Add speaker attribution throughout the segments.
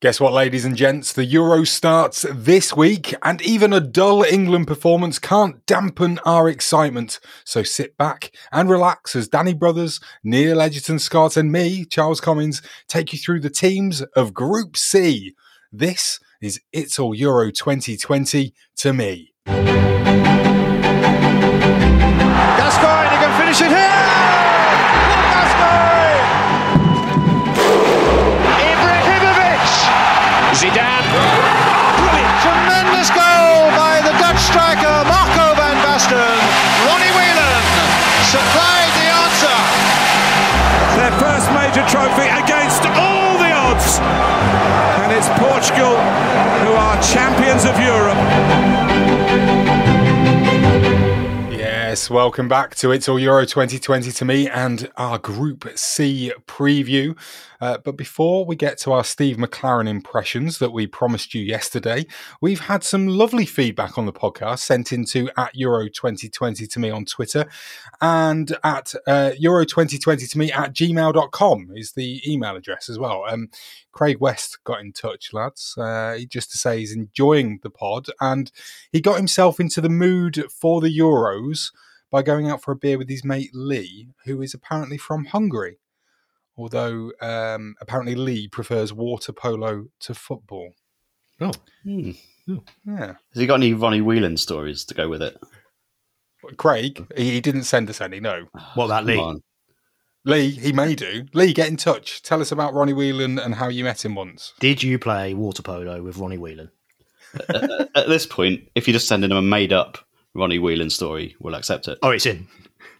Speaker 1: Guess what, ladies and gents? The Euro starts this week, and even a dull England performance can't dampen our excitement. So sit back and relax as Danny Brothers, Neil Edgerton Scott, and me, Charles Cummins, take you through the teams of Group C. This is It's All Euro 2020 to me.
Speaker 2: Gascoigne, he can finish it here! Look, Gascoigne! Ibrahimovic! Zidane. Brilliant. Tremendous goal by the Dutch striker Marco van Basten. Ronnie Whelan supplied the answer.
Speaker 3: their first major trophy against all the odds. And it's Portugal who are champions of Europe.
Speaker 1: Yes, welcome back to It's All Euro 2020 to me and our Group C preview. Uh, but before we get to our Steve McLaren impressions that we promised you yesterday, we've had some lovely feedback on the podcast sent into at Euro 2020 to me on Twitter and at uh, Euro 2020 to me at gmail.com is the email address as well. Um, Craig West got in touch, lads, uh, just to say he's enjoying the pod and he got himself into the mood for the Euros by going out for a beer with his mate Lee, who is apparently from Hungary. Although um, apparently Lee prefers water polo to football.
Speaker 4: Oh.
Speaker 1: Yeah.
Speaker 4: Has he got any Ronnie Whelan stories to go with it?
Speaker 1: But Craig, he he didn't send us any, no.
Speaker 5: What that
Speaker 4: Come
Speaker 5: league?
Speaker 4: on.
Speaker 1: Lee, he may do. Lee, get in touch. Tell us about Ronnie Whelan and how you met him once.
Speaker 5: Did you play water polo with Ronnie Whelan?
Speaker 4: At this point, if you're just sending him a made up Ronnie Whelan story, we'll accept it.
Speaker 5: Oh, it's in.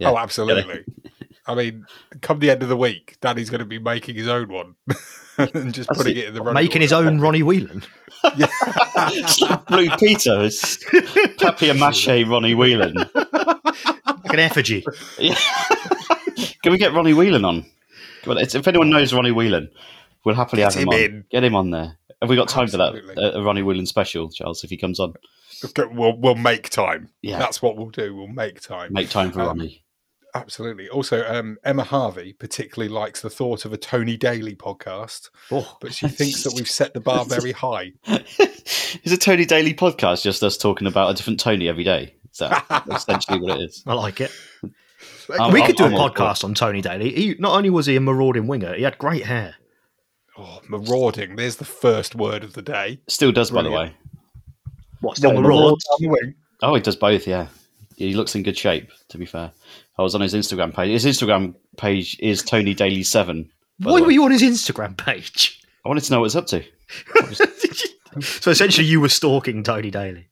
Speaker 4: Yeah.
Speaker 1: Oh, absolutely. I mean, come the end of the week, Daddy's going to be making his own one and just
Speaker 4: That's
Speaker 1: putting
Speaker 4: it.
Speaker 1: it in the running
Speaker 5: Making his
Speaker 1: order.
Speaker 5: own Ronnie Whelan.
Speaker 4: It's like Blue Peter is papier mache Ronnie Whelan.
Speaker 5: Like an effigy.
Speaker 4: Yeah. Can we get Ronnie Whelan on? Come on, it's- if anyone knows Ronnie Whelan, we'll happily
Speaker 1: Get
Speaker 4: have him,
Speaker 1: him
Speaker 4: on.
Speaker 1: in.
Speaker 4: Get him on there. Have we got time for
Speaker 1: Absolutely.
Speaker 4: that? A- A Ronnie Whelan special, Charles, if he comes on.
Speaker 1: Okay, We'll, we'll make time.
Speaker 4: Yeah.
Speaker 1: That's what we'll do. We'll make time.
Speaker 4: Make time for
Speaker 1: Um,
Speaker 4: Ronnie.
Speaker 1: Absolutely. Also, um, Emma Harvey particularly likes the thought of a Tony Daly podcast,
Speaker 5: Oh,
Speaker 1: but she thinks that we've set the bar very high.
Speaker 4: is a Tony Daily podcast just us talking about a different Tony every day? Is that essentially what it is?
Speaker 5: I like it.
Speaker 4: I'm-
Speaker 5: we
Speaker 4: I'm-
Speaker 5: could do
Speaker 4: I'm
Speaker 5: a
Speaker 4: all for it.
Speaker 5: podcast on Tony Daly. He, not only was he a marauding winger, he had great hair.
Speaker 1: Oh, marauding. There's the first word of the day.
Speaker 4: Still does, by the
Speaker 1: Brilliant.
Speaker 4: way.
Speaker 5: What's the maraud?
Speaker 4: maraud. Oh, he does both. Yeah, he looks in good shape. To be fair, I was on his Instagram page. His Instagram page is Tony Daily Seven. by
Speaker 5: Why
Speaker 4: the
Speaker 5: were
Speaker 4: way.
Speaker 5: you on his Instagram page?
Speaker 4: I wanted to know what it's up to.
Speaker 5: so essentially, you were stalking Tony Daly.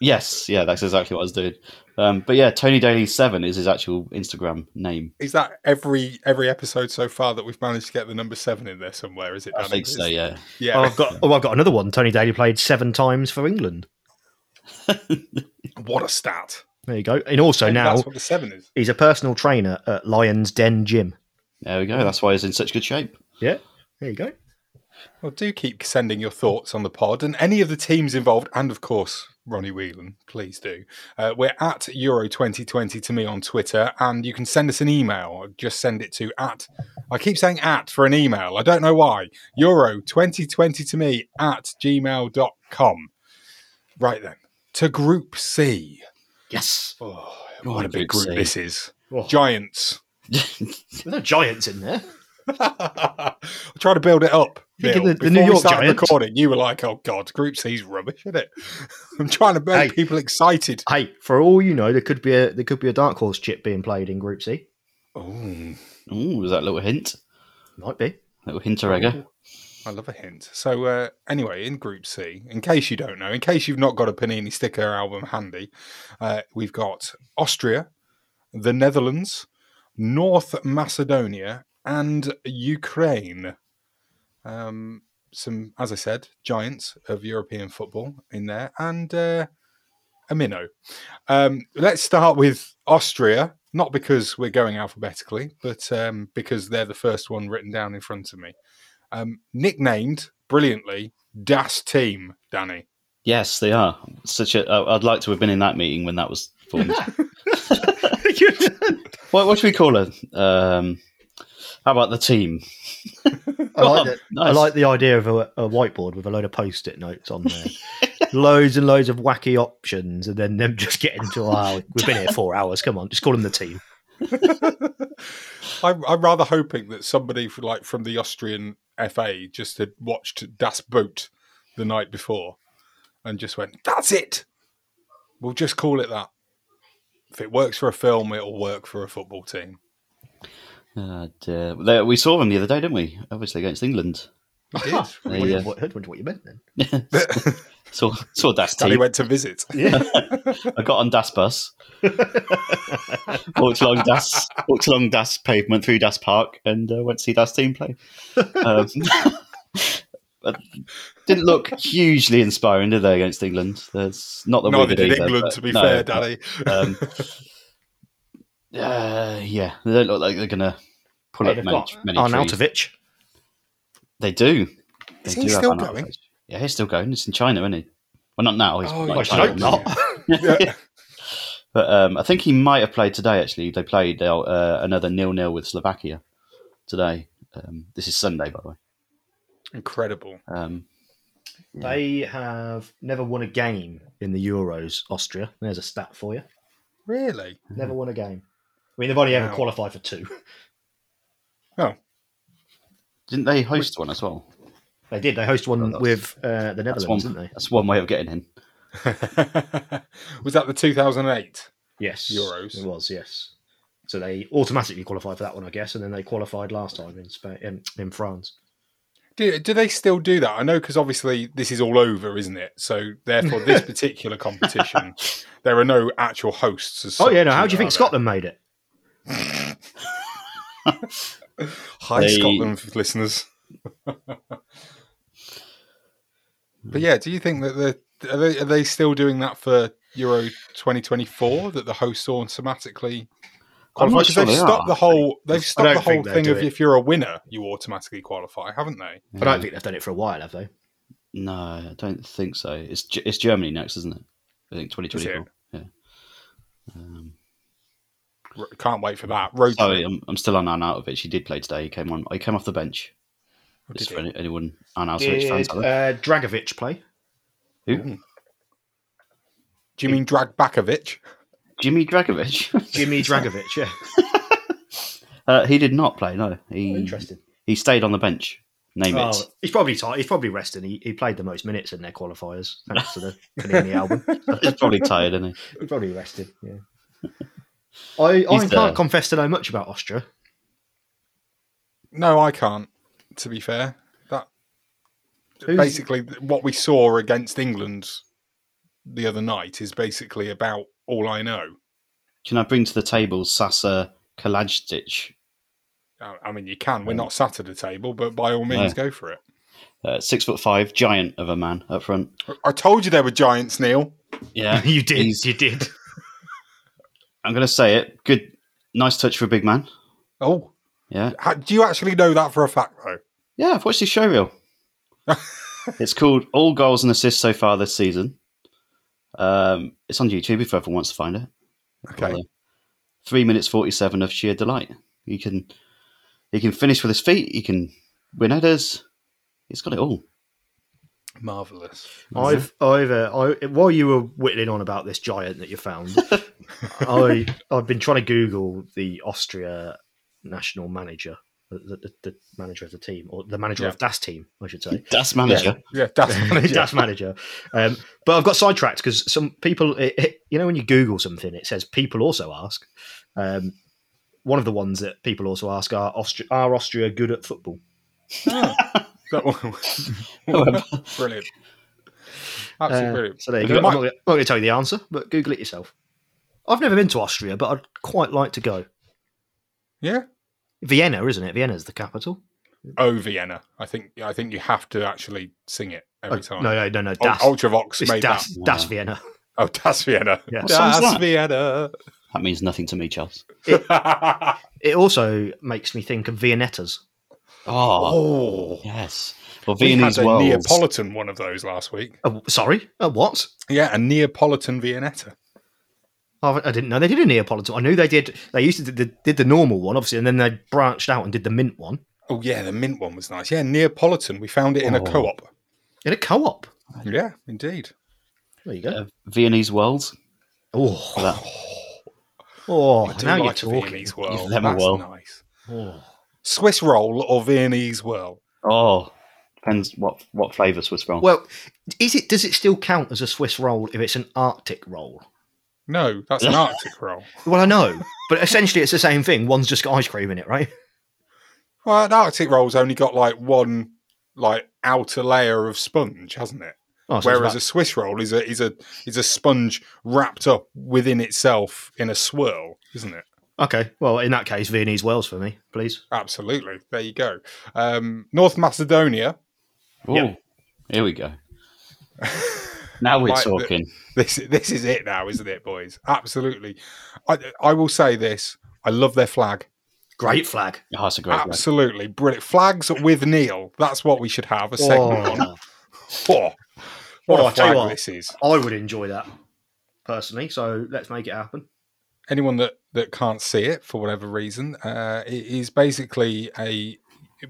Speaker 4: Yes, yeah, that's exactly what I was doing. Um, but yeah, Tony Daily Seven is his actual Instagram name.
Speaker 1: Is that every every episode so far that we've managed to get the number seven in there somewhere? Is it?
Speaker 4: I
Speaker 1: Danny?
Speaker 4: think so.
Speaker 1: Is-
Speaker 4: Yeah,
Speaker 1: Yeah.
Speaker 5: Oh, I've got. Oh, I've got another one. Tony Daly played seven times for England.
Speaker 4: Oh.
Speaker 1: What a stat!
Speaker 5: There you go. And also
Speaker 1: Maybe
Speaker 5: now
Speaker 1: that's what the seven is.
Speaker 5: he's a personal trainer at Lions Den Gym.
Speaker 4: there we go. That's why he's in such good shape.
Speaker 5: Yeah. There you go.
Speaker 1: Well, do keep sending your thoughts on the pod and any of the teams involved, and of course, Ronnie Whelan, please do. Uh, we're at Euro 2020 to me on Twitter, and you can send us an email. Just send it to at, I keep saying at for an email. I don't know why. Euro 2020 to me at gmail.com. Right then, to Group C.
Speaker 5: Yes.
Speaker 1: Oh,
Speaker 4: Go
Speaker 1: what
Speaker 4: on,
Speaker 1: a big
Speaker 4: Group
Speaker 1: group
Speaker 4: C.
Speaker 1: this is.
Speaker 5: Oh.
Speaker 1: Giants.
Speaker 5: There's no giants in there.
Speaker 1: I try to build it up.
Speaker 5: You
Speaker 1: Neil.
Speaker 5: get the-
Speaker 1: Before
Speaker 5: the New
Speaker 1: we
Speaker 5: York
Speaker 1: started
Speaker 5: Giants.
Speaker 1: recording, you were like, "Oh God, Group C's rubbish, isn't it?" I'm trying to make
Speaker 5: Hey.
Speaker 1: people excited.
Speaker 5: Hey, for all you know, there could be a there could be a dark horse chip being played in Group C.
Speaker 1: Oh,
Speaker 4: Ooh, was that a little hint?
Speaker 5: Might be.
Speaker 4: Little
Speaker 1: Oh.
Speaker 4: hinteregger.
Speaker 1: I love a hint. So, uh, anyway, in Group C, in case you don't know, in case you've not got a Panini sticker album handy, uh, we've got Austria, the Netherlands, North Macedonia, and Ukraine. Um, some, as I said, giants of European football in there, and uh, a minnow. Um, let's start with Austria, not because we're going alphabetically, but um, because they're the first one written down in front of me um, nicknamed brilliantly Das Team, Danny.
Speaker 4: Yes, they are. Such a. I- I'd like to have been in that meeting when that was formed. what, what should we call her? Um, How about the team?
Speaker 5: I like,
Speaker 4: Oh,
Speaker 5: it. I
Speaker 4: nice.
Speaker 5: like the idea of a, a whiteboard with a load of post-it notes on there. loads and loads of wacky options, and then them just getting to, oh, we've been here four hours. Come on, just call them the team.
Speaker 1: I, I'm rather hoping that somebody from, like from the Austrian FA just had watched Das Boot the night before and just went, "That's it. We'll just call it that. If it works for a film, it'll work for a football team."
Speaker 4: Oh, dear. There- we saw them the other day, didn't we? Obviously against England.
Speaker 1: It did.
Speaker 4: They,
Speaker 5: Wondered
Speaker 4: uh,
Speaker 5: what, wondered what you meant then.
Speaker 4: saw saw Das
Speaker 1: Danny
Speaker 4: team.
Speaker 1: went to visit.
Speaker 4: I got on Das bus. walked along Das, walked along Das pavement through Das Park, and uh, went to see Das team play. Um, but didn't look hugely inspiring, did they, against England? There's not that we
Speaker 1: Neither did
Speaker 4: either,
Speaker 1: England,
Speaker 4: but
Speaker 1: to be
Speaker 4: no,
Speaker 1: fair,
Speaker 4: but,
Speaker 1: Danny.
Speaker 4: Um, uh, yeah, they don't look like they're gonna pull
Speaker 5: Hey,
Speaker 4: up
Speaker 5: they've
Speaker 4: many,
Speaker 5: got
Speaker 4: many trees.
Speaker 5: Arnautovic.
Speaker 4: They do. They
Speaker 1: Is
Speaker 4: do
Speaker 1: he
Speaker 4: have
Speaker 1: still
Speaker 4: an
Speaker 1: going?
Speaker 4: outrage. Yeah, he's still going. It's in China, isn't he? Well, not now. He's
Speaker 1: Oh,
Speaker 4: not in
Speaker 1: I
Speaker 4: China,
Speaker 1: hope
Speaker 4: isn't he? But um, I think he might have played today. Actually, they played uh, another nil-nil with Slovakia today. Um, this is Sunday, by the way.
Speaker 1: Incredible.
Speaker 4: Um,
Speaker 5: They have never won a game in the Euros, Austria. There's a stat for you.
Speaker 1: Really?
Speaker 5: Never
Speaker 4: Hmm.
Speaker 5: won a game. I mean, they've only ever
Speaker 1: Wow.
Speaker 5: qualified for two.
Speaker 4: didn't they host one as well?
Speaker 5: They did. They host one
Speaker 4: Oh, that's-
Speaker 5: with uh, the
Speaker 4: That's
Speaker 5: Netherlands,
Speaker 4: one.
Speaker 5: didn't they?
Speaker 4: That's one way of getting in.
Speaker 1: was that the 2008?
Speaker 5: Yes.
Speaker 1: Euros.
Speaker 5: It was, yes. So they automatically qualified for that one, I guess, and then they qualified last time in Spain, in, in France.
Speaker 1: Do, do they still do that? I know because obviously this is all over, isn't it? So therefore, this particular competition, there are no actual hosts. As
Speaker 5: Oh yeah,
Speaker 1: such,
Speaker 5: no. How do you
Speaker 1: are there?
Speaker 5: think Scotland made it?
Speaker 1: Hi,
Speaker 4: They-
Speaker 1: Scotland f- listeners. but yeah, do you think that the are they, are they still doing that for Euro 2024? That the hosts automatically
Speaker 4: I'm
Speaker 1: qualify?
Speaker 4: not
Speaker 1: 'Cause
Speaker 4: sure
Speaker 1: they've
Speaker 4: they
Speaker 1: stopped
Speaker 4: are.
Speaker 1: the whole they've stopped the
Speaker 5: don't
Speaker 1: whole
Speaker 5: think they
Speaker 1: thing
Speaker 5: do
Speaker 1: of
Speaker 5: it.
Speaker 1: if you're a winner, you automatically qualify, haven't they?
Speaker 5: I don't think they've done it for a while, have they?
Speaker 4: Um, No, I don't think so. It's Ge- it's Germany next, isn't it? I think twenty twenty four. Yeah. Um,
Speaker 1: R- Can't wait for that road
Speaker 4: sorry,
Speaker 1: trip.
Speaker 4: I'm, I'm still on Arnautovic. He did play today. He came on. He came off the bench. Just for any, anyone Arnautovic fans
Speaker 5: Oh, Did
Speaker 4: out there.
Speaker 5: uh, Dragovic play?
Speaker 4: Who?
Speaker 1: Do you mean Drag Bakovic?
Speaker 5: uh,
Speaker 4: Jimmy Dragovic.
Speaker 5: Jimmy Dragovic, yeah.
Speaker 4: uh, he did not play. No, he
Speaker 5: Oh, Interesting.
Speaker 4: he stayed on the bench. Name
Speaker 5: Oh,
Speaker 4: it.
Speaker 5: he's probably tired. He's probably resting. He, he played the most minutes in their qualifiers thanks to the Panini album.
Speaker 4: He's probably tired, isn't he?
Speaker 5: He probably rested. Yeah. I, I
Speaker 4: He's uh,
Speaker 5: can't
Speaker 4: there.
Speaker 5: confess to know much about Austria.
Speaker 1: No, I can't. To be fair, that
Speaker 5: Who's-
Speaker 1: basically what we saw against England the other night is basically about all I know.
Speaker 4: Can I bring to the table Sasa Kalajdzic?
Speaker 1: I I mean, you can. We're not sat at a table, but by all means, go for it.
Speaker 4: Uh, six foot five, giant of a man up front.
Speaker 1: I told you there were giants, Neil.
Speaker 4: Yeah,
Speaker 5: You did.
Speaker 4: He's-
Speaker 5: You did.
Speaker 4: I'm going to say it. Good, nice touch for a big man.
Speaker 1: Oh,
Speaker 4: Yeah,
Speaker 1: ha- do you actually know that for a fact, though?
Speaker 4: yeah. I've watched his show reel. it's called All Goals and Assists so far this season. Um, it's on YouTube if everyone wants to find it.
Speaker 1: Okay.
Speaker 4: Well, uh, Three minutes forty-seven of sheer delight. He can, he can finish with his feet. He can win headers. He's got it all.
Speaker 1: Marvelous.
Speaker 5: I've, I've, uh, I, while you were whittling on about this giant that you found, I, I've been trying to Google the Austria national manager, the, the, the manager of the team, or the manager of Das team, I should say.
Speaker 4: That's manager.
Speaker 1: Yeah, that's
Speaker 5: Das manager. Um, but I've got sidetracked because some people, it, it, you know, when you Google something, it says people also ask. Um, one of the ones that people also ask are Austria, are Austria good at football?
Speaker 1: That one- brilliant. Absolutely
Speaker 5: Uh,
Speaker 1: brilliant.
Speaker 5: So there you
Speaker 1: But
Speaker 5: go.
Speaker 1: it
Speaker 5: I'm
Speaker 1: might-
Speaker 5: not gonna- not going to tell you the answer, but Google it yourself. I've never been to Austria, but I'd quite like to go.
Speaker 1: yeah.
Speaker 5: Vienna, isn't it? Vienna's the capital.
Speaker 1: Oh, Vienna. I think. I think you have to actually sing it every
Speaker 5: Oh,
Speaker 1: time.
Speaker 5: no, no, no, no.
Speaker 1: Ul-
Speaker 5: Das.
Speaker 1: Ultravox
Speaker 5: it's
Speaker 1: made
Speaker 5: das,
Speaker 1: that.
Speaker 5: das Vienna.
Speaker 1: Oh, Das Vienna.
Speaker 5: Yeah. What
Speaker 4: song's
Speaker 1: Das
Speaker 4: that?
Speaker 1: Vienna.
Speaker 4: That means nothing to me, Charles.
Speaker 5: It also makes me think of Viennettas.
Speaker 4: Oh,
Speaker 1: oh.
Speaker 4: yes. Well,
Speaker 1: We
Speaker 4: Viennese
Speaker 1: had a
Speaker 4: world.
Speaker 1: Neapolitan one of those last week.
Speaker 5: Oh, sorry, a Uh, what?
Speaker 1: Yeah, a Neapolitan Viennetta.
Speaker 5: I I didn't know they did a Neapolitan. I knew they did. They used to did, did the normal one, obviously, and then they branched out and did the mint one
Speaker 1: Oh yeah, the mint one was nice. Yeah, Neapolitan. We found it in a
Speaker 5: Oh.
Speaker 1: co-op.
Speaker 5: in a co-op.
Speaker 1: Yeah, indeed.
Speaker 5: There you go.
Speaker 4: Uh, Viennese Wells.
Speaker 5: Oh,
Speaker 4: That-
Speaker 5: oh,
Speaker 1: I do
Speaker 5: now
Speaker 1: like
Speaker 5: you're
Speaker 1: a
Speaker 5: talking.
Speaker 1: Viennese whirl.
Speaker 4: Give them a
Speaker 1: That's
Speaker 4: whirl.
Speaker 1: nice.
Speaker 5: Oh.
Speaker 1: Swiss roll or Viennese whirl?
Speaker 4: Oh, depends what what flavour Swiss roll.
Speaker 5: Well, is it? Does it still count as a Swiss roll if it's an Arctic roll?
Speaker 1: No, that's an Arctic roll.
Speaker 5: Well, I know, but essentially it's the same thing. One's just got ice cream in it, right?
Speaker 1: Well, an Arctic roll's only got like one like outer layer of sponge, hasn't it?
Speaker 5: Oh, so it's
Speaker 1: Whereas
Speaker 5: about-
Speaker 1: a Swiss roll is a is a is a sponge wrapped up within itself in a swirl, isn't it?
Speaker 5: okay, well, in that case, Viennese Wells for me, please.
Speaker 1: Absolutely. There you go. Um, North Macedonia.
Speaker 4: Ooh,
Speaker 5: yeah.
Speaker 4: Here we go. now we're
Speaker 1: Right, the-
Speaker 4: talking.
Speaker 1: This this is it now, isn't it, boys? Absolutely. I I will say this. I love their flag.
Speaker 5: Great flag.
Speaker 4: Oh, that's a great one.
Speaker 1: Absolutely brilliant. Flags with Neil. That's what we should have a segment on.
Speaker 5: Oh,
Speaker 1: Oh, what
Speaker 5: Well,
Speaker 1: a
Speaker 5: I tell you
Speaker 1: flag
Speaker 5: what.
Speaker 1: this is.
Speaker 5: I would enjoy that personally. So let's make it happen.
Speaker 1: anyone that that can't see it for whatever reason uh it is basically a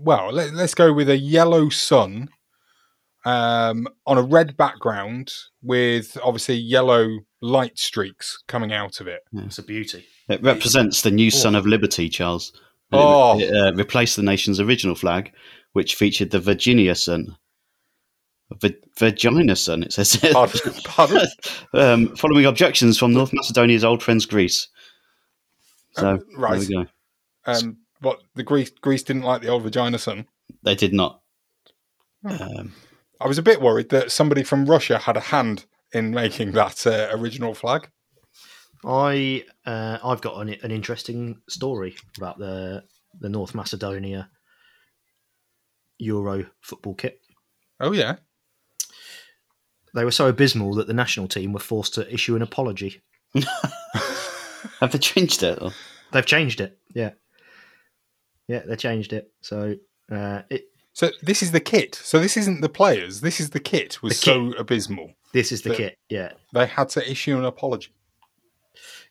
Speaker 1: well let, let's go with a yellow sun um on a red background with obviously yellow light streaks coming out of it
Speaker 5: It's a beauty.
Speaker 4: It represents the new son of liberty, Charles. And it-
Speaker 1: Oh.
Speaker 4: It, uh, replaced the nation's original flag, which featured the Virginia sun. Vi- Virginia sun, it says.
Speaker 1: pardon, pardon?
Speaker 4: um, following objections from North Macedonia's old friends, Greece.
Speaker 5: Uh,
Speaker 4: So,
Speaker 1: right.
Speaker 4: there we go.
Speaker 1: um but the greece greece didn't like the old vagina sun
Speaker 4: They did not. Um,
Speaker 1: i was a bit worried that somebody from russia had a hand in making that uh, original flag
Speaker 5: I uh, I've got an, an interesting story about the the North Macedonia Euro football kit.
Speaker 1: oh yeah
Speaker 5: They were so abysmal that the national team were forced to issue an apology.
Speaker 4: have they changed it? Or-
Speaker 5: They've changed it. Yeah, yeah, they changed it. So uh, it
Speaker 1: so this is the kit so this isn't the players this is the kit was
Speaker 5: The
Speaker 1: so abysmal
Speaker 5: this is the,
Speaker 1: The-
Speaker 5: kit. Yeah,
Speaker 1: they had to issue an apology.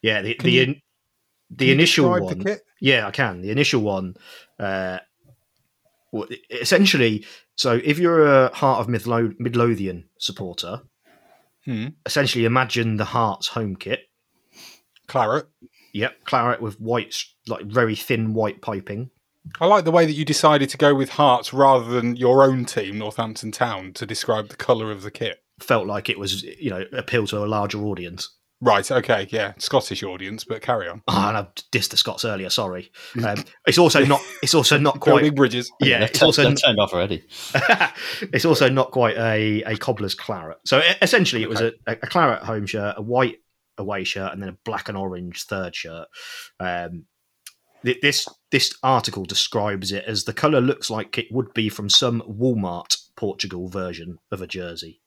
Speaker 5: yeah. The
Speaker 1: Can
Speaker 5: the,
Speaker 1: you-
Speaker 5: in, the
Speaker 1: Can you
Speaker 5: initial
Speaker 1: describe
Speaker 5: one.
Speaker 1: The kit?
Speaker 5: Yeah, I can. The initial one, uh, well, essentially. So, if you're a Heart of Midlo- Midlothian supporter,
Speaker 1: Hmm.
Speaker 5: essentially imagine the Heart's home kit.
Speaker 1: Claret.
Speaker 5: Yep, claret with white, s- like very thin white piping.
Speaker 1: I like the way that you decided to go with Hearts rather than your own team, Northampton Town, to describe the colour of the kit.
Speaker 5: Felt like it was, you know, appeal to a larger audience.
Speaker 1: Right, okay, yeah, Scottish audience, but carry on.
Speaker 5: Ah, and I've dissed the Scots earlier. Sorry. Um, it's also not. It's also not quite.
Speaker 1: Building bridges.
Speaker 5: Yeah,
Speaker 4: They've
Speaker 5: it's
Speaker 4: turned,
Speaker 5: also
Speaker 4: they've turned off already.
Speaker 5: it's also not quite a, a cobbler's claret. So e- essentially, it was a, a claret home shirt, a white away shirt, and then a black and orange third shirt. Um, thi- this this article describes it as the color looks like it would be from some Walmart Portugal version of a jersey.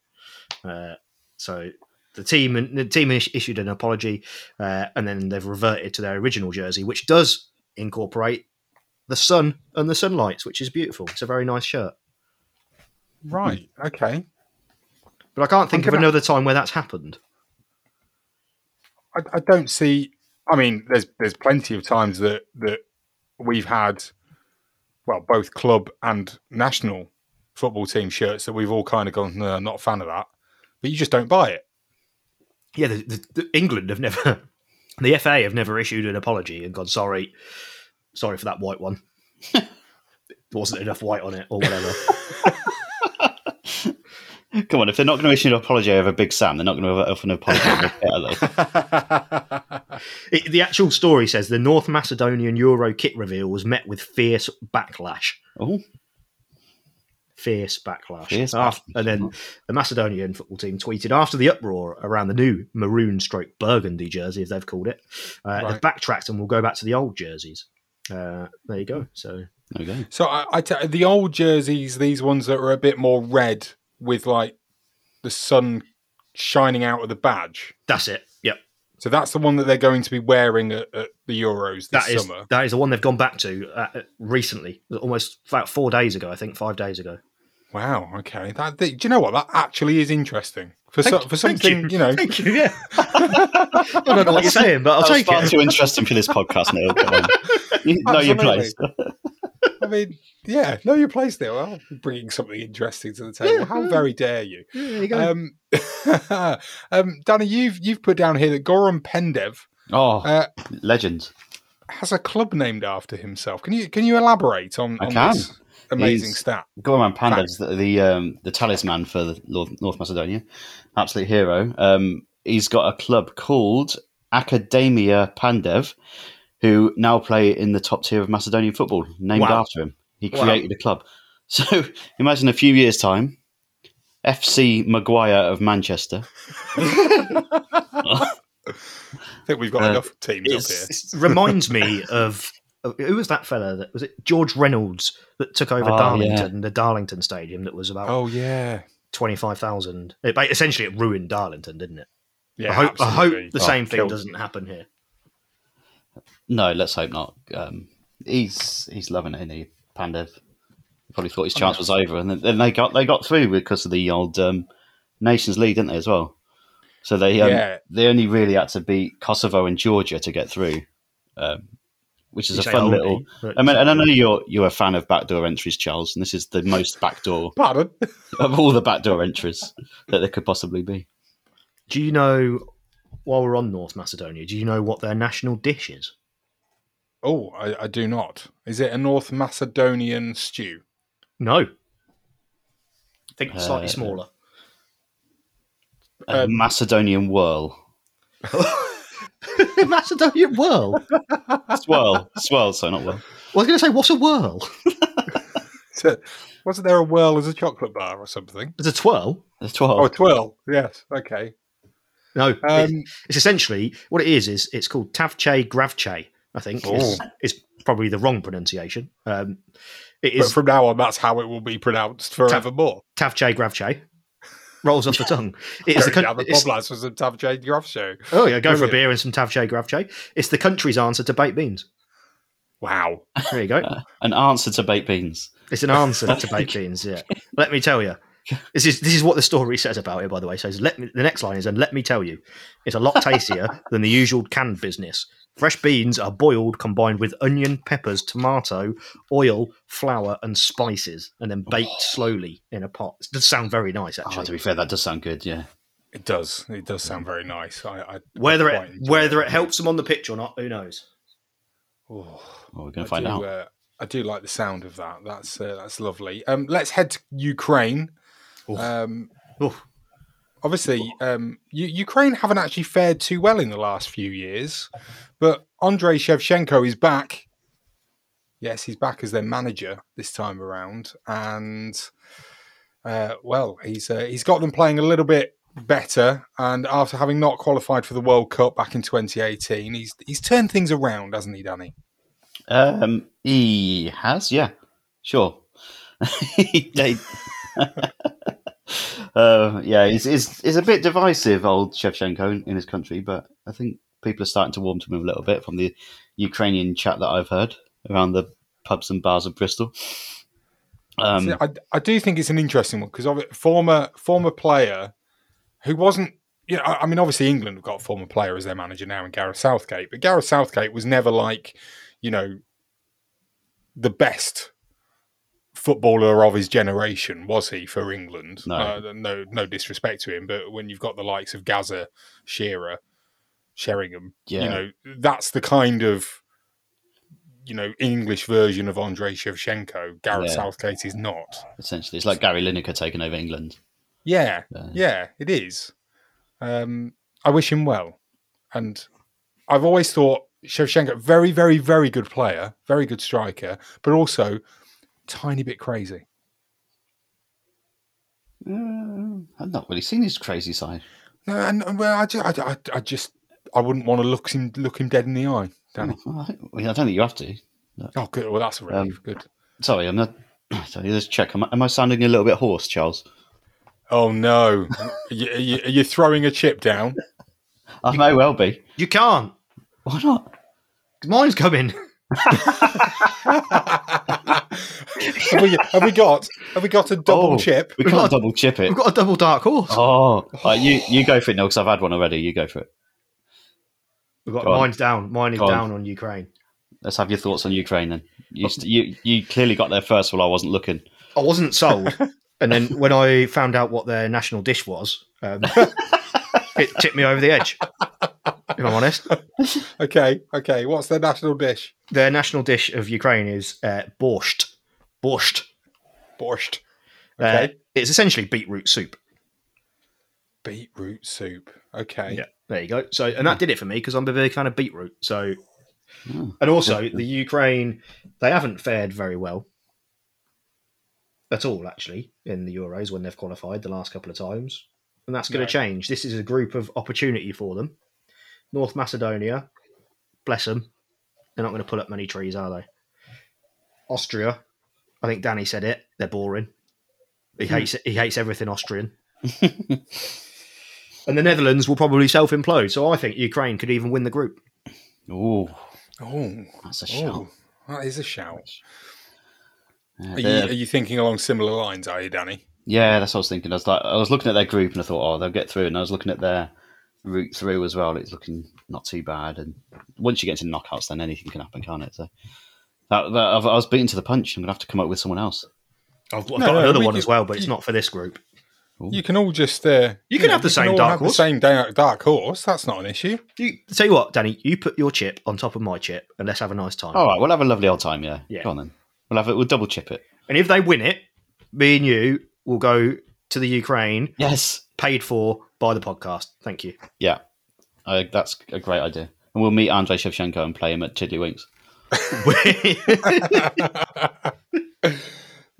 Speaker 5: Uh, so the team the team is- issued an apology, uh, and then they've reverted to their original jersey, which does incorporate the sun and the sunlights, which is beautiful. It's a very nice shirt.
Speaker 1: Right, okay.
Speaker 5: But I can't think
Speaker 1: I'm
Speaker 5: of
Speaker 1: gonna-
Speaker 5: another time where that's happened.
Speaker 1: I, I don't see. I mean, there's there's plenty of times that that we've had, well, both club and national football team shirts that we've all kind of gone, no, not a fan of that. But you just don't buy it.
Speaker 5: Yeah, the, the, the England have never, the FA have never issued an apology and gone sorry, sorry for that white one. there wasn't enough white on it or whatever.
Speaker 4: Come on, if they're not going to issue an apology over Big Sam, they're not going to offer an apology over Kit, are they?
Speaker 5: It- the actual story says the North Macedonian Euro kit reveal was met with fierce backlash.
Speaker 4: Oh,
Speaker 5: Fierce backlash.
Speaker 4: Fierce
Speaker 5: Af-
Speaker 4: backlash.
Speaker 5: And then the Macedonian football team tweeted after the uproar around the new maroon stroke burgundy jersey, as they've called it, uh,
Speaker 1: Right.
Speaker 5: they've backtracked and will go back to the old jerseys. Uh, there you go. So
Speaker 4: there we go.
Speaker 1: So I, I t- the old jerseys, these ones that are a bit more red with like the sun shining out of the badge.
Speaker 5: That's it. Yep.
Speaker 1: So that's the one that they're going to be wearing at, at the Euros this
Speaker 5: that is
Speaker 1: summer.
Speaker 5: that is the one they've gone back to uh, recently, almost about four days ago, I think, five days ago.
Speaker 1: Wow. Okay. That, do you know what? That actually is interesting for so, for something. You. know.
Speaker 5: Thank you, yeah. I don't know what you're saying, but I'll
Speaker 4: That's
Speaker 5: take
Speaker 4: far
Speaker 5: it.
Speaker 4: too interesting for this podcast, Neil. Come on. You know your place.
Speaker 5: Uh,
Speaker 1: I mean, yeah. Know your place there. Well, bringing something interesting to the table.
Speaker 5: Yeah,
Speaker 1: How
Speaker 5: yeah.
Speaker 1: very dare you?
Speaker 5: Yeah, there you go.
Speaker 1: Um, um, Danny, you've you've put down here that Goran Pendev
Speaker 4: Oh,
Speaker 1: uh,
Speaker 4: legend.
Speaker 1: has a club named after himself. Can you can you elaborate on,
Speaker 4: I
Speaker 1: on
Speaker 4: can.
Speaker 1: this amazing
Speaker 4: He's-
Speaker 1: stat?
Speaker 4: Goran Pandev's the the, um, the talisman for the North, North Macedonia, absolute hero. Um, he's got a club called Academia Pandev, who now play in the top tier of Macedonian football, named
Speaker 5: Wow.
Speaker 4: after him. He
Speaker 5: Wow.
Speaker 4: created a club. So imagine a few years time, FC Maguire of Manchester.
Speaker 1: I think we've got
Speaker 4: Uh,
Speaker 1: enough teams up here.
Speaker 4: It's-
Speaker 5: Reminds me of who was that fella that was it George Reynolds that took over
Speaker 4: Oh,
Speaker 5: Darlington, the Darlington Stadium that was about
Speaker 1: Oh yeah,
Speaker 5: twenty five thousand. It ba- essentially it ruined Darlington, didn't it?
Speaker 1: yeah.
Speaker 5: I hope I hope
Speaker 1: absolutely.
Speaker 5: the
Speaker 1: Oh,
Speaker 5: same thing
Speaker 1: killed.
Speaker 5: doesn't happen here.
Speaker 4: No, let's hope not. Um, he's he's loving it, isn't he, Pandev? He Probably thought his
Speaker 1: Oh,
Speaker 4: chance was over, and then, then they got they got through because of the old um, Nations League, didn't they, as well? So they um,
Speaker 1: Yeah.
Speaker 4: they only really had to beat Kosovo and Georgia to get through, um, which is
Speaker 5: You
Speaker 4: a
Speaker 5: say
Speaker 4: fun
Speaker 5: only,
Speaker 4: little.
Speaker 5: but-
Speaker 4: I mean, and I know you're you're a fan of backdoor entries, Charles, and this is the most backdoor
Speaker 1: Pardon.
Speaker 4: of all the backdoor entries that there could possibly be.
Speaker 5: Do you know while we're on North Macedonia, do you know what their national dish is?
Speaker 1: Oh, I, I do not. Is it a North Macedonian stew?
Speaker 5: No. Think slightly
Speaker 4: Uh,
Speaker 5: smaller.
Speaker 4: A
Speaker 1: Um,
Speaker 4: Macedonian whirl,
Speaker 5: Macedonian whirl. I
Speaker 4: swirl, swirl. So not whirl.
Speaker 5: was going to say, what's a whirl?
Speaker 1: Is it- Wasn't there a whirl as a chocolate bar or something?
Speaker 5: It's a twirl.
Speaker 4: The twelve.
Speaker 1: Oh, a twirl. Yes. Okay.
Speaker 5: No, it's,
Speaker 1: Um,
Speaker 5: it's essentially what it is. Is it's called Tavche Gravche. I think is, is probably the wrong pronunciation. Um, it
Speaker 1: but
Speaker 5: is
Speaker 1: from now on, that's how it will be pronounced forevermore.
Speaker 5: Tavche Gravche. Rolls off the tongue. It's the
Speaker 1: Don't you
Speaker 5: coun-
Speaker 1: have a
Speaker 5: it's-
Speaker 1: Poblass for some Tav Jane Groff show.
Speaker 5: oh yeah, go for a
Speaker 1: Brilliant.
Speaker 5: beer and some Tavche Gravche. It's the country's answer to baked beans.
Speaker 1: Wow.
Speaker 5: There you go.
Speaker 4: an answer to baked beans.
Speaker 5: It's an answer to baked beans. Yeah, let me tell you. This is this is what the story says about it, by the way. So let me. The next line is, and let me tell you, it's a lot tastier than the usual canned business. Fresh beans are boiled, combined with onion, peppers, tomato, oil, flour, and spices, and then baked slowly in a pot. It does sound very nice,
Speaker 4: Oh, to
Speaker 5: actually.
Speaker 4: be fair, that does sound good. Yeah,
Speaker 1: It does. It does sound very nice. I, I
Speaker 5: whether
Speaker 1: I quite
Speaker 5: it
Speaker 1: enjoy
Speaker 5: whether it helps them on the pitch or not, who knows?
Speaker 1: Oh,
Speaker 4: well, we're going
Speaker 1: I
Speaker 4: to find
Speaker 1: do,
Speaker 4: out.
Speaker 1: Uh, I do like the sound of that. That's uh, that's lovely. Um, let's head to Ukraine.
Speaker 5: Oof.
Speaker 1: Um,
Speaker 5: Oof.
Speaker 1: obviously, um, U- Ukraine haven't actually fared too well in the last few years, but Andrei Shevchenko is back. Yes, he's back as their manager this time around, and uh, well, he's uh, he's got them playing a little bit better. And after having not qualified for the World Cup back in 2018, he's he's turned things around, hasn't he, Danny?
Speaker 4: Um, he has, yeah, sure. They- uh, yeah, it's, it's it's a bit divisive, old Shevchenko in, in his country, but I think people are starting to warm to him a little bit from the Ukrainian chat that I've heard around the pubs and bars of Bristol. Um,
Speaker 1: See, I, I do think it's an interesting one because of it, former former player who wasn't. You know, I I mean, obviously England have got a former player as their manager now in Gareth Southgate, but Gareth Southgate was never like, you know, the best footballer of his generation, was he for England?
Speaker 4: No.
Speaker 1: Uh, no, no disrespect to him, but when you've got the likes of Gaza, Shearer, Sheringham, you
Speaker 4: Yeah.
Speaker 1: know, that's the kind of you know English version of Andrei Shevchenko. Gareth
Speaker 4: Yeah.
Speaker 1: Southgate is not.
Speaker 4: essentially, it's like Gary Lineker taking over England.
Speaker 1: Yeah,
Speaker 4: Yeah.
Speaker 1: yeah, it is. Um, I wish him well, and I've always thought Shevchenko very, very, very good player, very good striker, but also tiny bit crazy.
Speaker 4: Uh, I've not really seen his crazy side.
Speaker 1: No, and and, well, I just, I, I- I just, I wouldn't want to look him look him dead in the eye, Danny.
Speaker 4: Well, I I don't think you have to.
Speaker 1: Oh, good. Well, that's a relief. good.
Speaker 4: Sorry, I'm not. Sorry, let's check. Am I, am I sounding a little bit hoarse, Charles?
Speaker 1: Oh no, you, you, you're throwing a chip down.
Speaker 4: I may well be.
Speaker 5: You can't.
Speaker 4: Why not?
Speaker 5: Mine's coming.
Speaker 1: have, we, have we got have we got a double
Speaker 4: Oh,
Speaker 1: chip?
Speaker 4: We
Speaker 5: We've
Speaker 4: can't
Speaker 5: got-
Speaker 4: double chip it.
Speaker 5: We've got a double dark horse.
Speaker 4: Oh, uh, you you go for it, Neil, because I've had one already. You go for it.
Speaker 5: We've got
Speaker 4: Go on.
Speaker 5: mine's down. Mine is
Speaker 4: Go on.
Speaker 5: down on Ukraine.
Speaker 4: Let's have your thoughts on Ukraine then. You st- you, you clearly got there first while I wasn't looking.
Speaker 5: I wasn't sold, and then when I found out what their national dish was, um, it tipped me over the edge. If I'm honest,
Speaker 1: Okay, okay. What's their national dish?
Speaker 5: their national dish of Ukraine is uh, borscht. Borscht.
Speaker 1: Borscht.
Speaker 5: Uh,
Speaker 1: Okay.
Speaker 5: it's essentially beetroot soup.
Speaker 1: Beetroot soup. Okay.
Speaker 5: Yeah, there you go. So, and that did it for me because I'm a big fan of beetroot. So, and also the Ukraine, they haven't fared very well at all, actually, in the Euros when they've qualified the last couple of times, and that's going
Speaker 1: No.
Speaker 5: to change. This is a group of opportunity for them. North Macedonia, bless them, they're not going to pull up many trees, are they? Austria, I think Danny said it. They're boring. He hates he hates everything Austrian. and the Netherlands will probably self implode. So I think Ukraine could even win the group.
Speaker 4: Oh,
Speaker 1: Oh,
Speaker 4: that's a shout.
Speaker 1: oh, that is a shout.
Speaker 4: Yeah,
Speaker 1: Are you,
Speaker 4: they're-
Speaker 1: are you thinking along similar lines, are you, Danny?
Speaker 4: yeah, that's what I was thinking. I was like, I was looking at their group and I thought, oh, they'll get through. And I was looking at their route through as well. It's looking not too bad. And once you get into knockouts, then anything can happen, can't it? So that, that, I've- I was beaten to the punch. I'm gonna have to come up with someone else.
Speaker 5: I've, I've
Speaker 1: No,
Speaker 5: got
Speaker 1: no,
Speaker 5: another
Speaker 1: we
Speaker 5: one
Speaker 1: can-
Speaker 5: as well, but it's not for this group.
Speaker 1: You can all just uh,
Speaker 5: You can have the same
Speaker 1: all
Speaker 5: dark
Speaker 1: have
Speaker 5: horse.
Speaker 1: The same da- dark horse. That's not an issue.
Speaker 5: You tell you what, Danny, you put your chip on top of my chip, and let's have a nice time.
Speaker 4: All right, we'll have a lovely old time. Yeah,
Speaker 5: Yeah.
Speaker 4: Go on then. We'll have it. We'll double chip it.
Speaker 5: And if they win it, me and you will go to the Ukraine,
Speaker 4: Yes.
Speaker 5: paid for by the podcast. Thank you.
Speaker 4: Yeah, uh, that's a great idea. And we'll meet Andrei Shevchenko and play him at Tiddlywinks.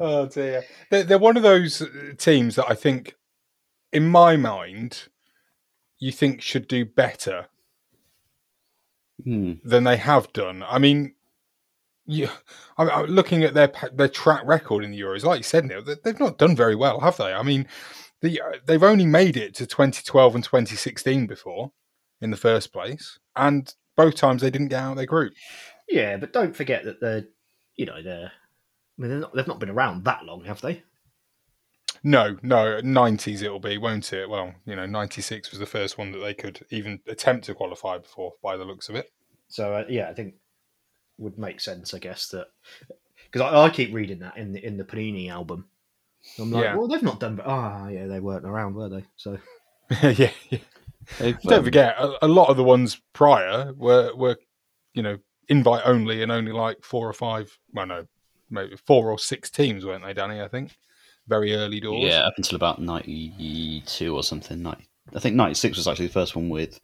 Speaker 1: Oh dear, they're, they're one of those uh, teams that I think, in my mind, you think should do better
Speaker 4: Hmm.
Speaker 1: than they have done. I mean, yeah, I'm, I'm looking at their pa- their track record in the Euros. Like you said, Neil, they- they've not done very well, have they? I mean, the uh, they've only made it to 2012 and 2016 before in the first place, and both times they didn't get out of their group.
Speaker 5: Yeah, but don't forget that they're, you know, they're. I mean, they're not, they've not been around that long, have they?
Speaker 1: No, no, 90s it'll be, won't it? Well, you know, 96 was the first one that they could even attempt to qualify before, by the looks of it.
Speaker 5: So uh, yeah, I think would make sense, I guess that because I, I keep reading that in the in the Panini album. I'm like,
Speaker 1: Yeah.
Speaker 5: well, they've not done, ah, yeah, they weren't around, were they? So
Speaker 1: yeah, yeah.
Speaker 4: They've,
Speaker 1: Don't
Speaker 4: um,
Speaker 1: forget, a, a lot of the ones prior were were you know invite only and only like four or five. Well, no, maybe four or six teams, weren't they, Danny? I think very early doors.
Speaker 4: Yeah, up until about ninety-two or something. 90, I think ninety-six was actually the first one with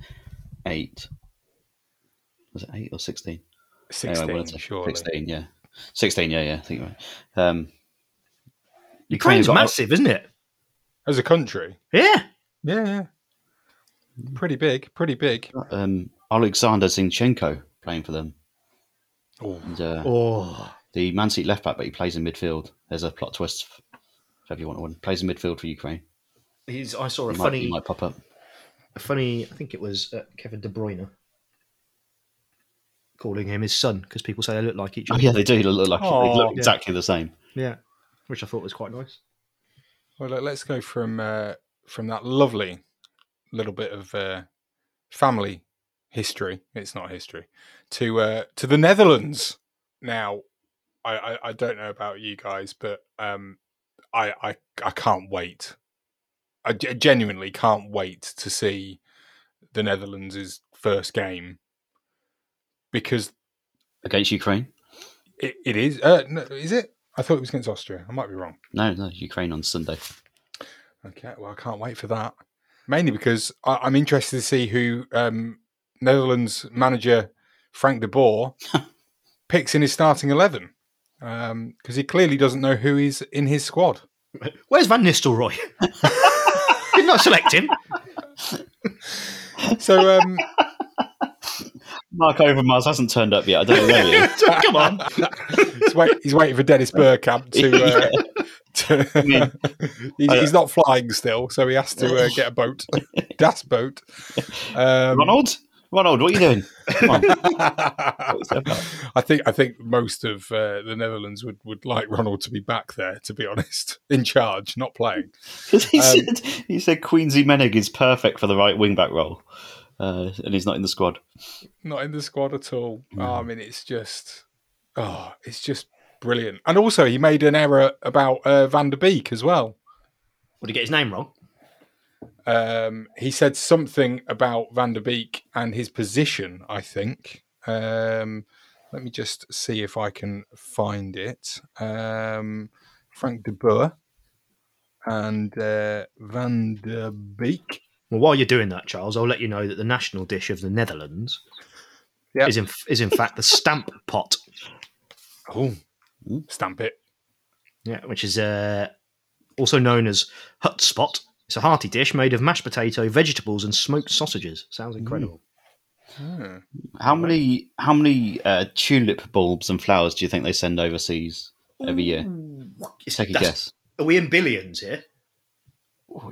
Speaker 4: eight. Was it eight or sixteen? Anyway,
Speaker 1: sixteen,
Speaker 4: one of the-
Speaker 1: surely.
Speaker 4: Sixteen, yeah, sixteen, yeah, yeah. I think you're right. Um,
Speaker 5: Ukraine's
Speaker 4: got-
Speaker 5: massive, isn't it?
Speaker 1: as a country.
Speaker 5: Yeah,
Speaker 1: Yeah, yeah,
Speaker 4: Mm.
Speaker 1: pretty big, pretty big.
Speaker 4: um, Alexander Zinchenko playing for them.
Speaker 1: Oh.
Speaker 4: And, uh,
Speaker 5: oh,
Speaker 4: The Man City left back, but he plays in midfield. There's a plot twist. If ever you want one, plays in midfield for Ukraine.
Speaker 5: he's. I saw a
Speaker 4: He might,
Speaker 5: funny,
Speaker 4: he might pop up.
Speaker 5: a funny. I think it was uh, Kevin De Bruyne calling him his son because people say they look like each
Speaker 4: Oh
Speaker 5: other.
Speaker 4: yeah, they do. They look like they
Speaker 1: Aw.
Speaker 4: look exactly the same.
Speaker 5: yeah, which I thought was quite nice.
Speaker 1: Well, let- let's go from uh, from that lovely little bit of uh, family history. It's not history to uh, to the Netherlands. Now, I, I, I don't know about you guys, but um, I, I I can't wait. I ge- genuinely can't wait to see the Netherlands' first game because
Speaker 4: Against Ukraine?
Speaker 1: it, it is. Uh, no, is it? I thought it was against Austria. I might be wrong.
Speaker 4: No, no, Ukraine on Sunday.
Speaker 1: Okay, well, I can't wait for that. Mainly because I, I'm interested to see who um, Netherlands manager Frank de Boer picks in his starting eleven because he clearly doesn't know who is in his squad.
Speaker 5: Where's Van Nistelrooy? Did not select him.
Speaker 1: So um,
Speaker 4: Mark Overmars hasn't turned up yet. I don't know where he is.
Speaker 5: Come on.
Speaker 1: he's, wait, he's waiting for Dennis Burkamp to. Uh, to he's, he's not flying still, so he has to uh, get a boat, das boat. Um,
Speaker 4: Ronald, Ronald, what are you doing? Come on. What's that about?
Speaker 1: I think I think most of uh, the Netherlands would, would like Ronald to be back there, to be honest, in charge, not playing.
Speaker 4: 'Cause he,
Speaker 1: Um,
Speaker 4: said, he said Queensy Menig is perfect for the right wing back role, uh, and he's not in the squad.
Speaker 1: not in the squad at all. I mean, it's just, oh, it's just brilliant. And also, he made an error about uh, Van der Beek as well.
Speaker 5: Would he get his name wrong?
Speaker 1: Um, he said something about Van der Beek and his position. I think. Um, let me just see if I can find it. Um, Frank de Boer and uh, Van der Beek.
Speaker 5: Well, while you're doing that, Charles, I'll let you know that the national dish of the Netherlands
Speaker 1: Yep.
Speaker 5: is in is in fact the stamp pot.
Speaker 1: Oh, stamp it.
Speaker 5: Yeah, which is uh, also known as hut spot. It's a hearty dish made of mashed potato, vegetables, and smoked sausages.
Speaker 4: Mm.
Speaker 5: Sounds incredible.
Speaker 4: How many how many uh, tulip bulbs and flowers do you think they send overseas every year?
Speaker 5: It's-
Speaker 4: Take a
Speaker 5: that's-
Speaker 4: guess.
Speaker 5: Are we in billions here?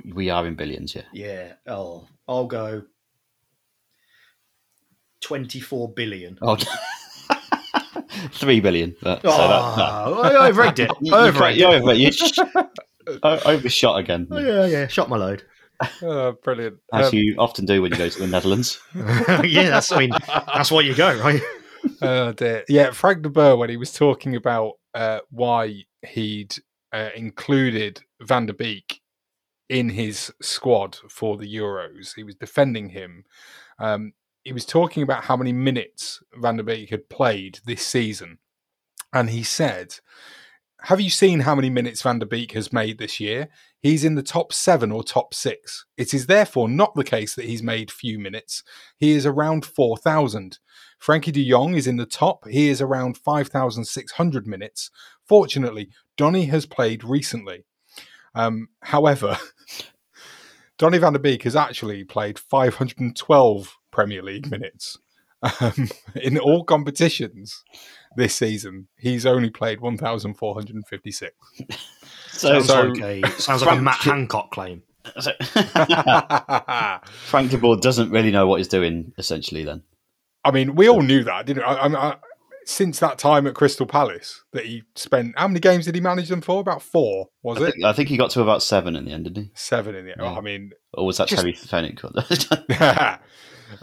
Speaker 4: We are in billions, yeah.
Speaker 5: Yeah. Oh, I'll go twenty-four billion.
Speaker 4: Oh, three billion. But, so
Speaker 1: Ah,
Speaker 4: that, no.
Speaker 5: Oh, I overragged it.
Speaker 4: You-
Speaker 5: I
Speaker 4: you
Speaker 5: overragged it.
Speaker 4: can't- you over- you sh- o- overshot again,
Speaker 5: Oh, yeah, yeah. Shot my load.
Speaker 1: Oh, brilliant.
Speaker 4: as
Speaker 1: Um,
Speaker 4: you often do when you go to the Netherlands.
Speaker 5: yeah, that's. I mean, that's why you go, right?
Speaker 1: Oh dear. Yeah, Frank de Boer, when he was talking about uh, why he'd uh, included Van der Beek in his squad for the Euros, he was defending him. Um, he was talking about how many minutes Van der Beek had played this season. And he said, Have you seen how many minutes Van der Beek has made this year? He's in the top seven or top six. It is therefore not the case that he's made few minutes. He is around 4,000. Frankie de Jong is in the top. He is around 5,600 minutes. Fortunately, Donny has played recently. Um, however, Donny van der Beek has actually played 512 Premier League minutes um, in all competitions this season. He's only played 1,456.
Speaker 4: So,
Speaker 5: Sounds
Speaker 1: So-
Speaker 5: like a sounds like a Matt Hancock claim.
Speaker 4: Frank de Boer doesn't really know what he's doing, essentially, then.
Speaker 1: I mean, we all knew that, didn't we? I, I, I, since that time at Crystal Palace, that he spent how many games did he manage them for? About four, was
Speaker 4: I
Speaker 1: it?
Speaker 4: think, I think he got to about seven in the end, didn't he?
Speaker 1: Seven in the. Oh, I mean,
Speaker 4: Or was that
Speaker 1: Just-
Speaker 4: Terry Fennick?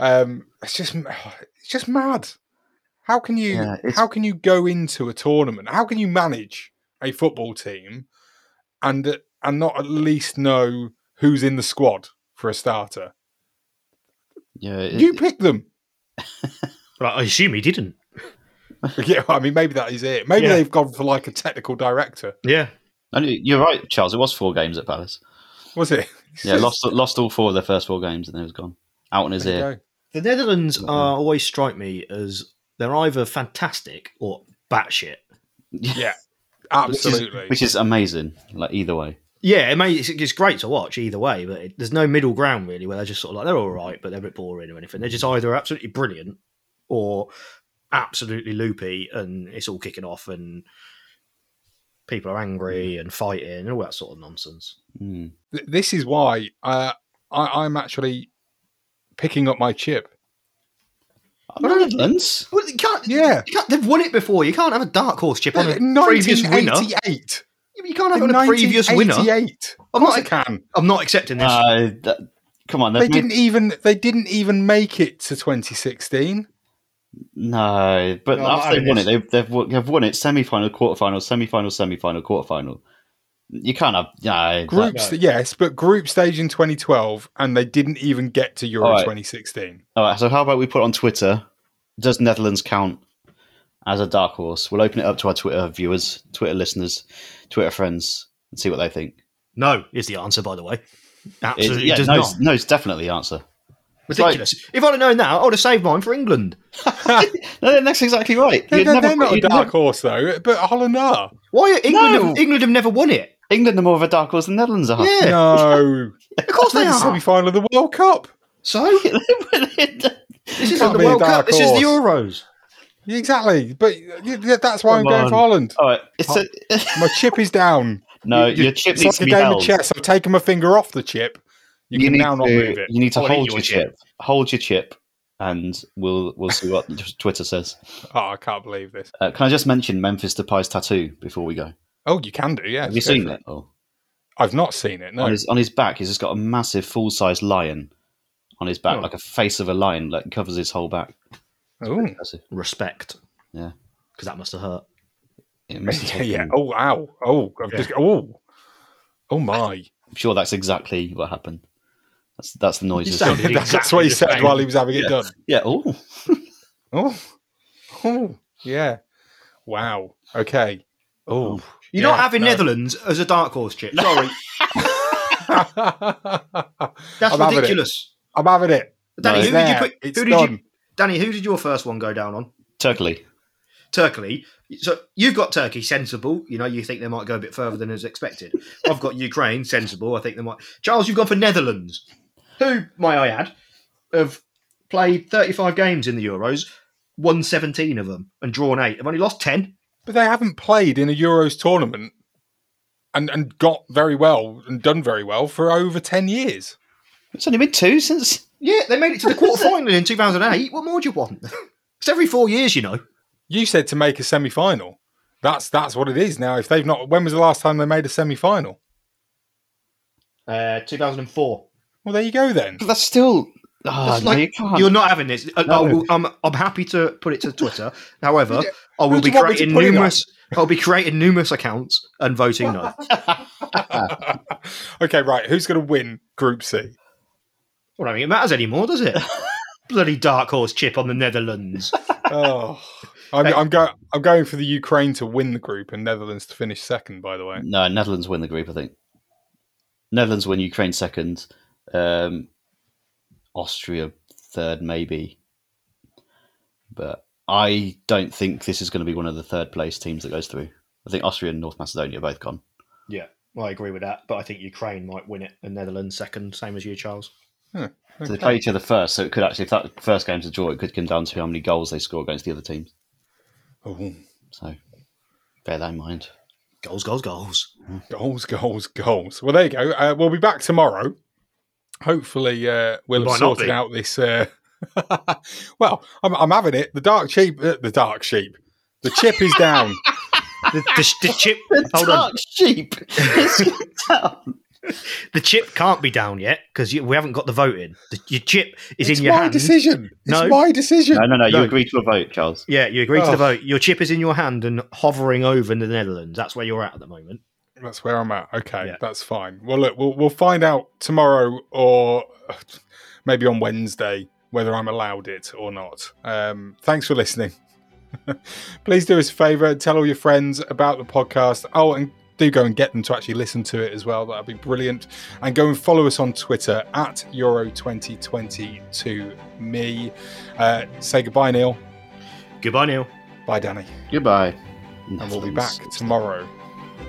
Speaker 1: um, it's just it's just mad. How can you
Speaker 4: Yeah, it's-
Speaker 1: how can you go into a tournament? How can you manage a football team and and not at least know who's in the squad for a starter?
Speaker 4: yeah, it-
Speaker 1: You pick them.
Speaker 5: Well, I assume he didn't.
Speaker 1: Yeah, I mean, maybe that is it. Maybe
Speaker 5: Yeah.
Speaker 1: they've gone for like a technical director.
Speaker 5: Yeah.
Speaker 4: and you're right, Charles. It was four games at Palace.
Speaker 1: Was it?
Speaker 4: Yeah, lost lost all four of their first four games, and then it was gone out on his
Speaker 1: There you
Speaker 4: ear.
Speaker 1: go.
Speaker 5: The Netherlands are always strike me as they're either fantastic or batshit.
Speaker 1: Yeah,
Speaker 4: Which is-
Speaker 1: absolutely.
Speaker 4: which is amazing. Like either way,
Speaker 5: Yeah, it may, it's, it's great to watch either way, but it, there's no middle ground really where they're just sort of like they're all right, but they're a bit boring or anything. They're just either absolutely brilliant or absolutely loopy, and it's all kicking off, and people are angry and fighting and all that sort of nonsense.
Speaker 4: Hmm.
Speaker 1: Th- this is why uh, I, I'm actually picking up my chip.
Speaker 4: Netherlands.
Speaker 5: Well, you can't.
Speaker 1: Yeah.
Speaker 5: you can't, they've won it before. You can't have a dark horse chip on a previous winner.
Speaker 1: 1988.
Speaker 5: You can't have it on a previous winner.
Speaker 1: 1988.
Speaker 5: I'm
Speaker 1: Of course
Speaker 5: not.
Speaker 1: it can.
Speaker 5: I'm not accepting this.
Speaker 4: Uh, that- come on,
Speaker 1: They
Speaker 4: they've made-
Speaker 1: didn't even they didn't even make it to 2016.
Speaker 4: No, but
Speaker 5: No, I'm not
Speaker 4: after they've
Speaker 5: having
Speaker 4: won it,
Speaker 5: this.
Speaker 4: they've, they've won- they've won it semi-final, quarter-final, semi-final, semi-final, quarter-final. You can't have no.
Speaker 1: Group
Speaker 5: no.
Speaker 1: st- yes, but group stage in 2012 and they didn't even get to Euro
Speaker 4: All right.
Speaker 1: 2016.
Speaker 4: All right, so how about we put on Twitter? Does Netherlands count as a dark horse? We'll open it up to our Twitter viewers, Twitter listeners, Twitter friends, and see what they think.
Speaker 5: no is the answer, by the way.
Speaker 4: It-
Speaker 5: Absolutely
Speaker 4: yeah,
Speaker 5: does
Speaker 4: no,
Speaker 5: not.
Speaker 4: it's- no, it's definitely the answer.
Speaker 5: Ridiculous. if I'd have known that, I would have saved mine for England.
Speaker 4: No, then that's exactly right.
Speaker 1: They're,
Speaker 4: You'd
Speaker 1: they're-
Speaker 4: never-
Speaker 1: they're not a
Speaker 4: you'd
Speaker 1: dark
Speaker 4: never-
Speaker 1: horse though, but Holland are.
Speaker 5: Why are England?
Speaker 4: No.
Speaker 5: Have, England have never won it.
Speaker 4: England are more of a dark horse than Netherlands are.
Speaker 5: Yeah,
Speaker 1: No,
Speaker 5: of course they
Speaker 1: the
Speaker 5: are.
Speaker 1: semi-final of the World Cup.
Speaker 5: So this
Speaker 1: Can't
Speaker 5: isn't the
Speaker 1: be a
Speaker 5: World
Speaker 1: dark
Speaker 5: Cup. This is the
Speaker 1: horse.
Speaker 5: Euros.
Speaker 1: Yeah, Exactly, but yeah, yeah, that's why I'm
Speaker 4: Come
Speaker 1: going
Speaker 4: on.
Speaker 1: for Holland.
Speaker 4: All right. It's a,
Speaker 1: My chip is down.
Speaker 4: no,
Speaker 1: Oh. You- you-
Speaker 4: your chip
Speaker 1: it's like
Speaker 4: needs to
Speaker 1: a
Speaker 4: be
Speaker 1: game
Speaker 4: held.
Speaker 1: of chess. I've taken my finger off the chip. You, can
Speaker 4: need
Speaker 1: now not
Speaker 4: to-
Speaker 1: move it.
Speaker 4: You need to
Speaker 5: I'll eat
Speaker 4: hold
Speaker 5: your
Speaker 4: your chip. Hold your chip and we'll we'll see what Twitter says.
Speaker 1: Oh, I can't believe this.
Speaker 4: Uh, can I just mention Memphis Depay's tattoo before we go?
Speaker 1: Oh, you can do, yeah.
Speaker 4: Have you
Speaker 1: Go for
Speaker 4: seen it? Oh.
Speaker 1: I've not seen it. No.
Speaker 4: On his on his back, he's just got a massive full size lion on his back,
Speaker 5: Oh.
Speaker 4: like a face of a lion, like covers his whole back.
Speaker 1: Ooh.
Speaker 4: That's it.
Speaker 5: Respect.
Speaker 4: Yeah.
Speaker 5: Because that must have hurt.
Speaker 4: It must have
Speaker 1: yeah, yeah.
Speaker 4: taken-
Speaker 1: Oh, wow. Oh, I've just. Oh, oh my.
Speaker 4: I'm sure that's exactly what happened. That's that's the noises.
Speaker 5: sound-
Speaker 1: That's
Speaker 5: Exactly
Speaker 1: what he
Speaker 5: the
Speaker 1: said
Speaker 5: same.
Speaker 1: while he was having it done.
Speaker 4: Yeah. Oh,
Speaker 1: Oh, oh, yeah. Wow. Okay. Oh,
Speaker 5: You're
Speaker 1: Yeah,
Speaker 5: not having
Speaker 1: no.
Speaker 5: Netherlands as a dark horse, Chip. Sorry. That's
Speaker 1: I'm having it.
Speaker 5: ridiculous.
Speaker 1: I'm having it.
Speaker 5: Danny,
Speaker 4: No,
Speaker 1: It's
Speaker 5: who did you
Speaker 1: there.
Speaker 5: put? Who
Speaker 1: It's
Speaker 5: did
Speaker 1: done.
Speaker 5: you? Danny, who did your first one go down on?
Speaker 4: Turkey.
Speaker 5: Turkey. So you've got Turkey, sensible. You know, you think they might go a bit further than is expected. I've got Ukraine, sensible. I think they might. Charles, you've gone for Netherlands, who, may I add, have played 35 games in the Euros, won 17 of them, and drawn eight. They've only lost 10.
Speaker 1: But they haven't played in a Euros tournament and, and got very well and done very well for over 10 years.
Speaker 4: It's only been two since.
Speaker 5: Yeah, they made it to the quarterfinal in 2008. What more do you want? It's every four years, you know.
Speaker 1: You said to make a semi final. That's that's what it is now. If they've not, when was the last time they made a semi final?
Speaker 5: Uh, 2004.
Speaker 1: Well, there you go then.
Speaker 4: But that's still. Oh,
Speaker 5: That's
Speaker 4: no,
Speaker 5: like-
Speaker 4: you can't.
Speaker 5: Uh, You're not having this. Uh, I- I
Speaker 4: No.
Speaker 5: will- I'm, I'm happy to put it to Twitter. However, I will
Speaker 1: Who do
Speaker 5: be
Speaker 1: you want me to
Speaker 5: creating
Speaker 1: put it on?
Speaker 5: numerous. I'll be creating numerous accounts and voting no.
Speaker 1: okay, right. Who's going to win Group C?
Speaker 5: Well, I mean, it matters anymore, does it? Bloody dark horse chip on the Netherlands.
Speaker 1: Oh, I'm, I'm going. I'm going for the Ukraine to win the group and Netherlands to finish second. By the way,
Speaker 4: No, Netherlands win the group. I think Netherlands win. Ukraine second. Um, Austria third, maybe. But I don't think this is going to be one of the third place teams that goes through. I think Austria and North Macedonia are both gone.
Speaker 5: yeah, well, I agree with that, but I think Ukraine might win it and Netherlands second, same as you, Charles.
Speaker 4: So they play each other first, so it could actually, if that first game's a draw, it could come down to how many goals they score against the other teams.
Speaker 1: Ooh,
Speaker 5: Mm.
Speaker 4: So bear that in mind.
Speaker 5: Goals, goals, goals.
Speaker 1: Oh, goals, goals, goals. Well, there you go. Uh, we'll be back tomorrow. Hopefully, uh, we'll have
Speaker 5: Might not
Speaker 1: sorted
Speaker 5: be.
Speaker 1: out this. Uh... well, I'm, I'm having it. The dark sheep. Uh, the dark sheep. The chip is down.
Speaker 5: The, the, the chip, hold on.
Speaker 4: sheep.
Speaker 5: The chip can't be down yet because we haven't got the vote in. The, your chip is
Speaker 1: it's
Speaker 5: in your
Speaker 1: my
Speaker 5: hand.
Speaker 1: decision. It's
Speaker 5: No.
Speaker 1: my decision.
Speaker 4: no, no, no. You
Speaker 5: No.
Speaker 4: agree to a vote, Charles.
Speaker 5: Yeah, you agree to
Speaker 1: Oh.
Speaker 5: the vote. Your chip is in your hand and hovering over the Netherlands. That's where you're at at the moment.
Speaker 1: That's where I'm at. Okay,
Speaker 5: Yeah.
Speaker 1: that's fine. Well, look, we'll we'll find out tomorrow or maybe on Wednesday whether I'm allowed it or not. Um, thanks for listening. Please do us a favor, tell all your friends about the podcast. Oh, and do go and get them to actually listen to it as well. That'd be brilliant. And go and follow us on Twitter at Euro 2022 me. Uh, say goodbye, Neil.
Speaker 5: Goodbye, Neil.
Speaker 1: Bye, Danny
Speaker 4: Goodbye.
Speaker 1: and we'll be back tomorrow.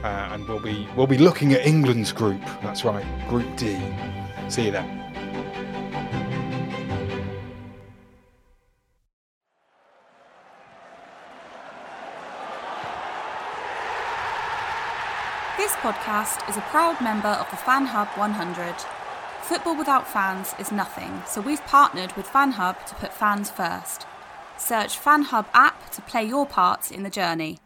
Speaker 1: Uh, and we'll be we'll be looking at England's group. That's right, Group D. See you then.
Speaker 6: This podcast is a proud member of the Fan Hub 100. Football without fans is nothing, so we've partnered with Fan Hub to put fans first. Search Fan Hub app to play your part in the journey.